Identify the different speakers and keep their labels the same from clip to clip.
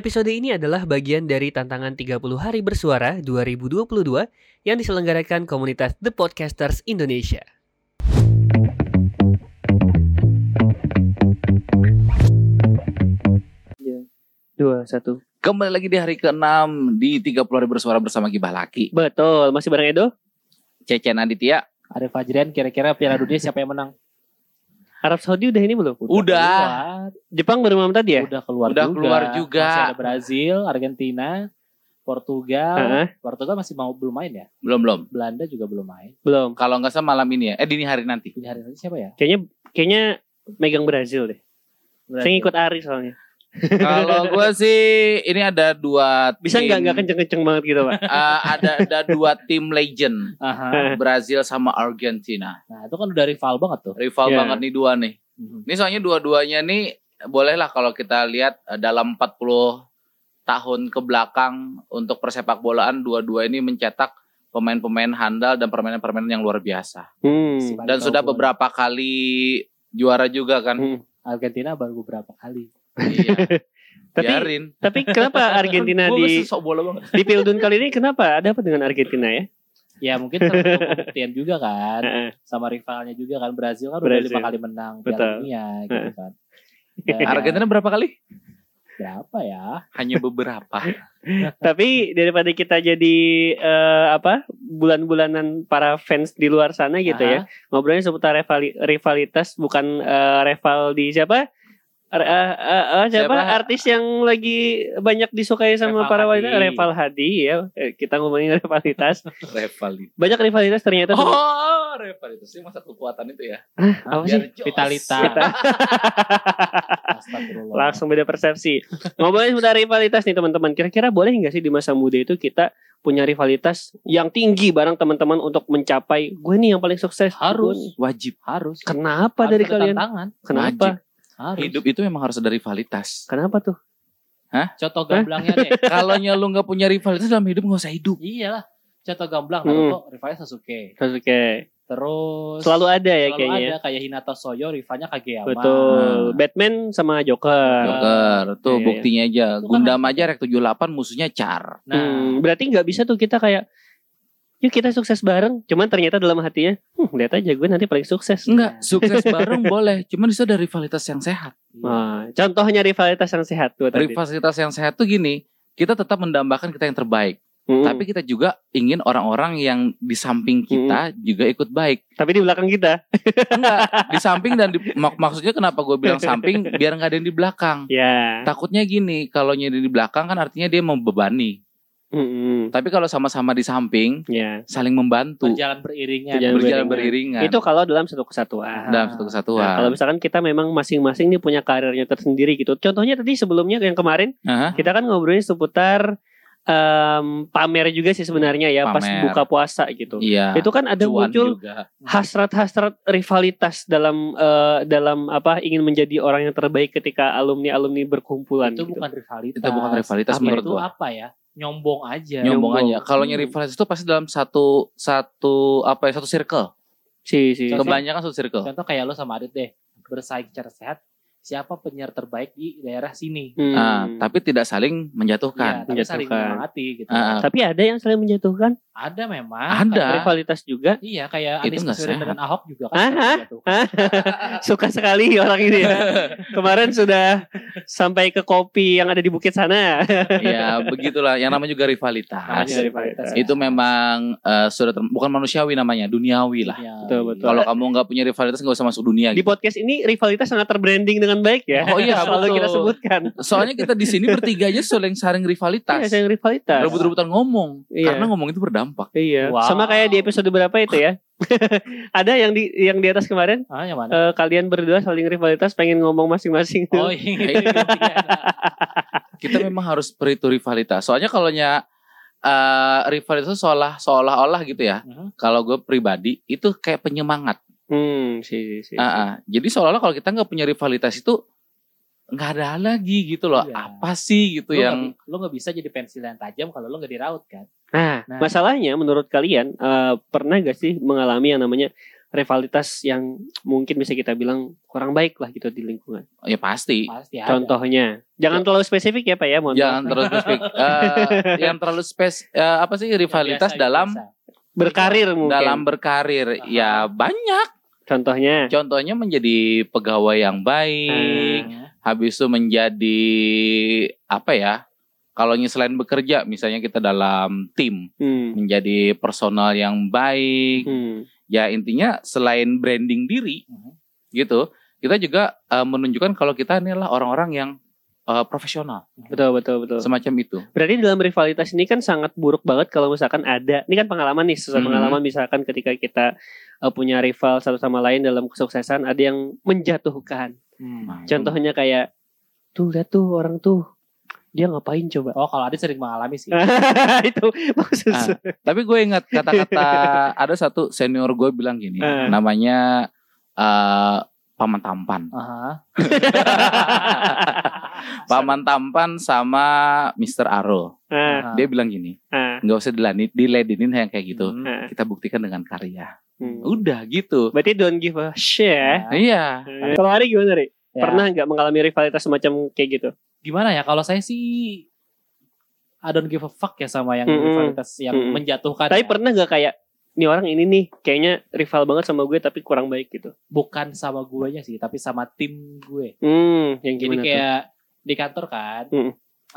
Speaker 1: Episode ini adalah bagian dari tantangan 30 hari bersuara 2022 yang diselenggarakan komunitas The Podcasters Indonesia. Iya. Dua, satu.
Speaker 2: Kembali lagi di hari ke-6 di 30 hari bersuara bersama Gibah Laki.
Speaker 1: Betul, masih bareng Edo?
Speaker 2: Cecen Aditya.
Speaker 3: Ada Fajrian kira-kira Piala Dunia siapa yang menang?
Speaker 1: Arab Saudi udah ini belum?
Speaker 2: Udah.
Speaker 1: Jepang baru malam tadi ya?
Speaker 3: Udah keluar,
Speaker 2: Udah
Speaker 3: juga.
Speaker 2: keluar juga.
Speaker 3: Masih ada Brazil, Argentina, Portugal.
Speaker 1: Heeh.
Speaker 3: Portugal masih mau belum main ya?
Speaker 2: Belum belum.
Speaker 3: Belanda juga belum main.
Speaker 1: Belum.
Speaker 2: Kalau nggak salah malam ini ya. Eh dini hari nanti.
Speaker 3: Ini hari nanti siapa ya?
Speaker 1: Kayaknya kayaknya megang Brazil deh. Saya
Speaker 3: Brazil.
Speaker 1: ngikut Ari soalnya.
Speaker 2: Kalau gue sih ini ada dua.
Speaker 1: Bisa
Speaker 2: tim,
Speaker 1: nggak nggak kenceng-kenceng banget gitu pak?
Speaker 2: eh, ada ada dua tim legend.
Speaker 3: Aha.
Speaker 2: Brazil sama Argentina.
Speaker 3: Nah itu kan udah rival banget tuh.
Speaker 2: Rival
Speaker 1: Iya.
Speaker 2: banget nih dua nih.
Speaker 1: Hmm,
Speaker 2: Ini soalnya dua-duanya nih bolehlah kalau kita lihat eh, dalam 40 tahun ke belakang untuk persepak bolaan dua-dua ini mencetak pemain-pemain handal dan permainan-permainan yang luar biasa.
Speaker 1: Hmm.
Speaker 3: Si Van
Speaker 2: dan sudah
Speaker 3: Gaal
Speaker 2: beberapa kali juara juga kan.
Speaker 1: Hmm.
Speaker 3: Argentina baru beberapa kali.
Speaker 2: iya,
Speaker 1: Tapi
Speaker 2: biarin.
Speaker 1: tapi kenapa Argentina
Speaker 2: Gua
Speaker 1: di
Speaker 2: masih sok bola banget.
Speaker 1: di Pildun kali ini kenapa ada apa dengan Argentina ya?
Speaker 3: Ya mungkin salah satu pembuktian juga kan.
Speaker 1: Heeh.
Speaker 3: Sama rivalnya juga kan. Brazil kan udah
Speaker 1: Brazil.
Speaker 3: lima kali menang
Speaker 1: Betul.
Speaker 3: Piala Dunia gitu kan. Ya,
Speaker 2: Argentina berapa kali?
Speaker 3: berapa ya?
Speaker 2: Hanya beberapa.
Speaker 1: Tapi daripada kita jadi eh, apa bulan-bulanan para fans di luar sana gitu ya.
Speaker 3: Aha.
Speaker 1: Ngobrolnya seputar rivali- rivalitas bukan eh, rival di siapa? Er, eh, eh, eh, siapa?
Speaker 2: Siapa?
Speaker 1: artis yang lagi banyak disukai sama
Speaker 3: Reval
Speaker 1: para
Speaker 3: Hadi.
Speaker 1: wanita Reval Hadi ya Eh, kita ngomongin rivalitas
Speaker 2: Rivalitas.
Speaker 1: banyak rivalitas ternyata sama-
Speaker 2: Oh, rivalitas itu masa kekuatan itu ya.
Speaker 1: apa sih
Speaker 2: Biar jos.
Speaker 3: Vitalitas.
Speaker 1: Kita-
Speaker 3: Astagfirullah.
Speaker 1: langsung beda persepsi ngomongin seputar rivalitas nih teman-teman kira-kira boleh nggak sih di masa muda itu kita punya rivalitas yang tinggi bareng teman-teman untuk mencapai gue nih yang paling sukses Gue nih.
Speaker 3: harus
Speaker 2: Wajib.
Speaker 3: harus
Speaker 1: kenapa
Speaker 3: Harus
Speaker 1: dari
Speaker 3: ada
Speaker 1: kalian
Speaker 3: tantangan
Speaker 1: kenapa
Speaker 2: Wajib.
Speaker 3: harus
Speaker 2: Hidup itu memang harus ada rivalitas.
Speaker 1: kenapa tuh
Speaker 3: contoh
Speaker 2: Eh?
Speaker 3: gamblangnya deh
Speaker 2: Kalau lu nggak punya rivalitas dalam hidup nggak usah hidup.
Speaker 3: iyalah contoh gamblang
Speaker 1: Hmm.
Speaker 3: Naruto rivalnya Sasuke
Speaker 1: Sasuke
Speaker 3: terus
Speaker 1: selalu ada ya
Speaker 3: selalu
Speaker 1: kayaknya
Speaker 3: ada Nah. kayak Hinata Soyo rivalnya Kageyama
Speaker 1: betul Batman sama Joker
Speaker 2: Joker,
Speaker 1: Ah, Iya,
Speaker 2: tuh
Speaker 1: iya.
Speaker 2: buktinya aja.
Speaker 3: Itu kan
Speaker 2: Gundam
Speaker 3: harus-
Speaker 2: aja rek 78 musuhnya Char.
Speaker 3: nah
Speaker 1: Hmm, berarti nggak bisa tuh kita kayak yuk kita sukses bareng cuman ternyata dalam hatinya hmm, lihat aja gue nanti paling sukses
Speaker 2: Enggak, sukses bareng boleh, cuman bisa ada rivalitas yang sehat.
Speaker 1: Nah, contohnya rivalitas yang sehat tuh tadi
Speaker 2: Rivalitas yang sehat tuh gini, kita tetap mendambakan kita yang terbaik.
Speaker 1: Hmm,
Speaker 2: tapi kita juga ingin orang-orang yang di samping kita juga ikut baik.
Speaker 1: tapi di belakang kita
Speaker 2: Enggak, di samping dan di, mak- maksudnya kenapa gue bilang samping biar nggak ada yang di belakang.
Speaker 1: ya
Speaker 2: Takutnya gini, kalau nyari di belakang kan artinya dia membebani.
Speaker 1: Mm-mm,
Speaker 2: Tapi kalau sama-sama di samping,
Speaker 1: ya
Speaker 2: saling membantu,
Speaker 3: berjalan beriringan
Speaker 1: Berjalan
Speaker 2: berjalan
Speaker 1: beriringan.
Speaker 2: beriringan
Speaker 1: itu kalau dalam satu kesatuan
Speaker 2: Kan. dalam satu
Speaker 1: Nah,
Speaker 2: kesatuan.
Speaker 1: kalau misalkan kita memang masing-masing nih punya karirnya tersendiri gitu. Contohnya tadi sebelumnya yang kemarin
Speaker 2: Aha.
Speaker 1: kita kan ngobrolin seputar em, pamer juga sih sebenarnya ya pas
Speaker 2: Pamer.
Speaker 1: buka puasa gitu.
Speaker 2: Iya.
Speaker 1: Itu kan ada
Speaker 2: cuan
Speaker 1: muncul
Speaker 2: juga.
Speaker 1: hasrat-hasrat rivalitas dalam eh, dalam apa ingin menjadi orang yang terbaik ketika alumni-alumni berkumpulan
Speaker 3: itu
Speaker 1: gitu.
Speaker 3: bukan rivalitas
Speaker 2: Itu bukan rivalitas
Speaker 3: Apa
Speaker 2: menurut
Speaker 3: itu
Speaker 2: gua.
Speaker 3: apa ya nyombong aja
Speaker 2: Nyombong
Speaker 1: Nyombong.
Speaker 2: aja. Kalau nyari rivalitas itu pasti dalam satu satu apa ya satu circle.
Speaker 1: Si si.
Speaker 3: Contoh-
Speaker 2: Kebanyakan satu circle.
Speaker 3: contoh kayak lo sama Adit deh bersaing secara sehat siapa penyiar terbaik di daerah sini
Speaker 1: Hmm.
Speaker 2: Ah, tapi tidak saling menjatuhkan.
Speaker 3: Iya, tapi saling
Speaker 1: Menjatuhkan.
Speaker 3: menyemangati
Speaker 1: Iya.
Speaker 3: gitu
Speaker 2: Ah, ah.
Speaker 1: tapi ada yang saling menjatuhkan
Speaker 3: ada memang
Speaker 2: Ada.
Speaker 1: rivalitas juga.
Speaker 3: Iya kayak
Speaker 2: Itu
Speaker 3: Anies
Speaker 2: nggak
Speaker 3: Baswedan
Speaker 2: sehat. Ah,
Speaker 3: dengan Ahok juga kan.
Speaker 1: Aha.
Speaker 3: sekarang juga tuh.
Speaker 1: Suka sekali orang ini ya. Kemarin sudah sampai ke kopi yang ada di bukit sana.
Speaker 2: ya begitulah yang namanya juga
Speaker 3: Namanya
Speaker 2: rivalitas
Speaker 1: Asik.
Speaker 3: rivalitas. ya.
Speaker 2: itu memang eh, sudah ter- bukan manusiawi namanya duniawi lah
Speaker 3: Iya.
Speaker 1: Betul, betul.
Speaker 2: kalau kamu nggak punya rivalitas nggak usah masuk dunia
Speaker 1: Di
Speaker 2: gitu.
Speaker 1: podcast ini rivalitas sangat terbranding dengan baik ya.
Speaker 2: Oh iya,
Speaker 1: selalu
Speaker 2: betul.
Speaker 1: kita sebutkan.
Speaker 2: soalnya kita di sini bertiganya saling saring
Speaker 1: Iya,
Speaker 2: rivalitas
Speaker 1: yang rivalitas.
Speaker 2: rebut-rebutan ngomong
Speaker 1: Iya.
Speaker 2: karena ngomong itu berdampak
Speaker 1: Iya.
Speaker 3: Wow.
Speaker 1: Sama kayak di episode berapa itu ya? ada yang di yang di atas kemarin
Speaker 3: Ah, yang mana?
Speaker 1: Eh, kalian berdua saling rivalitas pengen ngomong masing-masing
Speaker 3: Oh iya. itu intinya.
Speaker 2: kita memang harus perhitung rivalitas soalnya kalau nya eh, rivalitas seolah seolah-olah gitu ya
Speaker 3: Mhm.
Speaker 2: kalau gue pribadi itu kayak penyemangat
Speaker 1: Hmm, si,
Speaker 3: Iya
Speaker 1: si, si.
Speaker 2: Ah, ah. jadi seolah-olah kalau kita nggak punya rivalitas itu nggak ada lagi gitu loh
Speaker 3: Iya.
Speaker 2: apa sih gitu
Speaker 3: Lu
Speaker 2: yang
Speaker 3: nggak bi- lu nggak bisa jadi pensil yang tajam kalau lu nggak diraut kan.
Speaker 1: Nah,
Speaker 3: Nah.
Speaker 1: masalahnya menurut kalian eh, pernah gak sih mengalami yang namanya rivalitas yang mungkin bisa kita bilang kurang baik lah gitu di lingkungan.
Speaker 2: Ya pasti.
Speaker 3: Pasti ada.
Speaker 1: Contohnya, jangan terlalu spesifik ya Pak ya, mohon
Speaker 2: Jangan
Speaker 1: maaf.
Speaker 2: terlalu spesifik. Eh, yang terlalu spes eh, apa sih
Speaker 3: Yang
Speaker 2: rivalitas
Speaker 3: biasa,
Speaker 2: dalam
Speaker 3: biasa.
Speaker 1: berkarir mungkin.
Speaker 2: dalam berkarir
Speaker 3: Aha.
Speaker 2: ya banyak.
Speaker 1: Contohnya,
Speaker 2: Contohnya menjadi pegawai yang baik,
Speaker 3: Nah,
Speaker 2: habis itu menjadi apa ya? Kalau selain bekerja, misalnya kita dalam tim,
Speaker 1: hmm,
Speaker 2: menjadi personal yang baik.
Speaker 1: hmm,
Speaker 2: Ya intinya selain branding diri,
Speaker 3: Mhm.
Speaker 2: gitu, kita juga eh, menunjukkan kalau kita inilah orang-orang yang eh, profesional,
Speaker 1: betul betul betul.
Speaker 2: semacam itu.
Speaker 1: Berarti dalam rivalitas ini kan sangat buruk banget kalau misalkan ada. Ini kan pengalaman nih, sesuai
Speaker 2: Hmm.
Speaker 1: pengalaman misalkan ketika kita eh, punya rival satu sama lain dalam kesuksesan ada yang menjatuhkan.
Speaker 3: hmm.
Speaker 2: Nah, itu
Speaker 1: Contohnya kayak tuh lihat tuh orang tuh dia ngapain coba?
Speaker 3: Oh kalau ada sering mengalami sih.
Speaker 1: itu
Speaker 2: Ah.
Speaker 1: maksudnya.
Speaker 2: Tapi gue ingat kata-kata ada satu senior gue bilang gini,
Speaker 1: Eh.
Speaker 2: namanya eh, paman tampan.
Speaker 3: Aha.
Speaker 2: paman tampan sama Mr. Aro.
Speaker 1: Nah,
Speaker 3: Aha.
Speaker 2: Dia bilang gini,
Speaker 1: nah,
Speaker 2: nggak usah diladeni- diladenin yang kayak gitu.
Speaker 3: Hmm.
Speaker 1: nah.
Speaker 2: Kita buktikan dengan karya.
Speaker 1: Hmm.
Speaker 2: Udah gitu.
Speaker 1: Berarti don't give a shit. ya.
Speaker 3: Nah,
Speaker 2: Iya.
Speaker 1: Kalau Ari gimana Ri?
Speaker 3: ya.
Speaker 1: Pernah nggak mengalami rivalitas semacam kayak gitu?
Speaker 3: gimana ya kalau saya sih I don't give a fuck ya sama yang
Speaker 1: Mm-mm.
Speaker 3: rivalitas yang
Speaker 1: Mm-mm.
Speaker 3: menjatuhkan.
Speaker 1: Tapi
Speaker 3: ya.
Speaker 1: pernah nggak kayak ini orang ini nih kayaknya rival banget sama gue tapi kurang baik gitu.
Speaker 3: bukan sama guanya sih, tapi sama tim gue.
Speaker 1: Hmm, yang
Speaker 3: Jadi
Speaker 1: gimana tuh?
Speaker 3: kayak di kantor kan.
Speaker 1: Mm.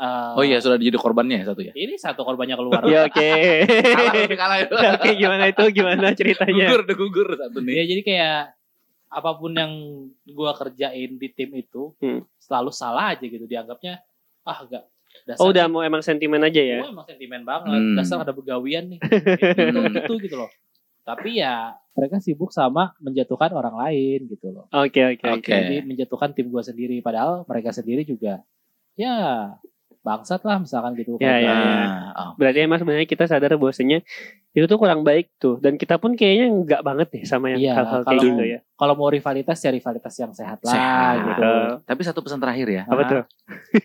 Speaker 3: eh,
Speaker 2: Oh iya sudah jadi korbannya ya satu ya.
Speaker 3: Ini satu korbannya keluar.
Speaker 1: Ya oke.
Speaker 2: Kalah, udah kalah.
Speaker 1: Oke gimana itu gimana
Speaker 3: Iya.
Speaker 1: ceritanya?
Speaker 2: Gugur, udah gugur satu nih.
Speaker 3: Ya jadi kayak apapun yang gua kerjain di tim itu
Speaker 1: Hmm.
Speaker 3: selalu salah aja gitu dianggapnya ah enggak dasar
Speaker 1: Oh udah mau emang sentimen aja ya.
Speaker 3: gua emang sentimen banget
Speaker 2: Hmm.
Speaker 3: dasar ada begawian nih gitu,
Speaker 2: Hmm.
Speaker 3: gitu gitu loh tapi ya mereka sibuk sama menjatuhkan orang lain gitu loh
Speaker 1: Oke oke
Speaker 2: Oke.
Speaker 1: oke.
Speaker 3: jadi menjatuhkan tim gua sendiri padahal mereka sendiri juga ya bangsat lah misalkan gitu
Speaker 1: Ya, ya, ya.
Speaker 2: Nah, oh.
Speaker 1: Berarti emang sebenarnya kita sadar bahwasanya itu tuh kurang baik tuh dan kita pun kayaknya nggak banget nih sama yang
Speaker 3: Iya,
Speaker 1: hal-hal kayak
Speaker 3: kalau-
Speaker 1: gitu ya.
Speaker 3: kalau mau rivalitas ya rivalitas yang sehat lah
Speaker 2: Sehat.
Speaker 3: gitu
Speaker 2: Tapi satu pesan terakhir ya.
Speaker 1: Apa tuh?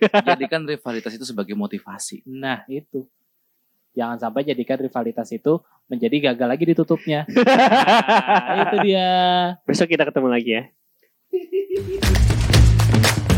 Speaker 2: Jadikan rivalitas itu sebagai motivasi.
Speaker 3: Nah itu Jangan sampai jadikan rivalitas itu Menjadi gagal lagi ditutupnya
Speaker 1: Ah.
Speaker 3: Nah, Itu dia
Speaker 1: Besok kita ketemu lagi ya.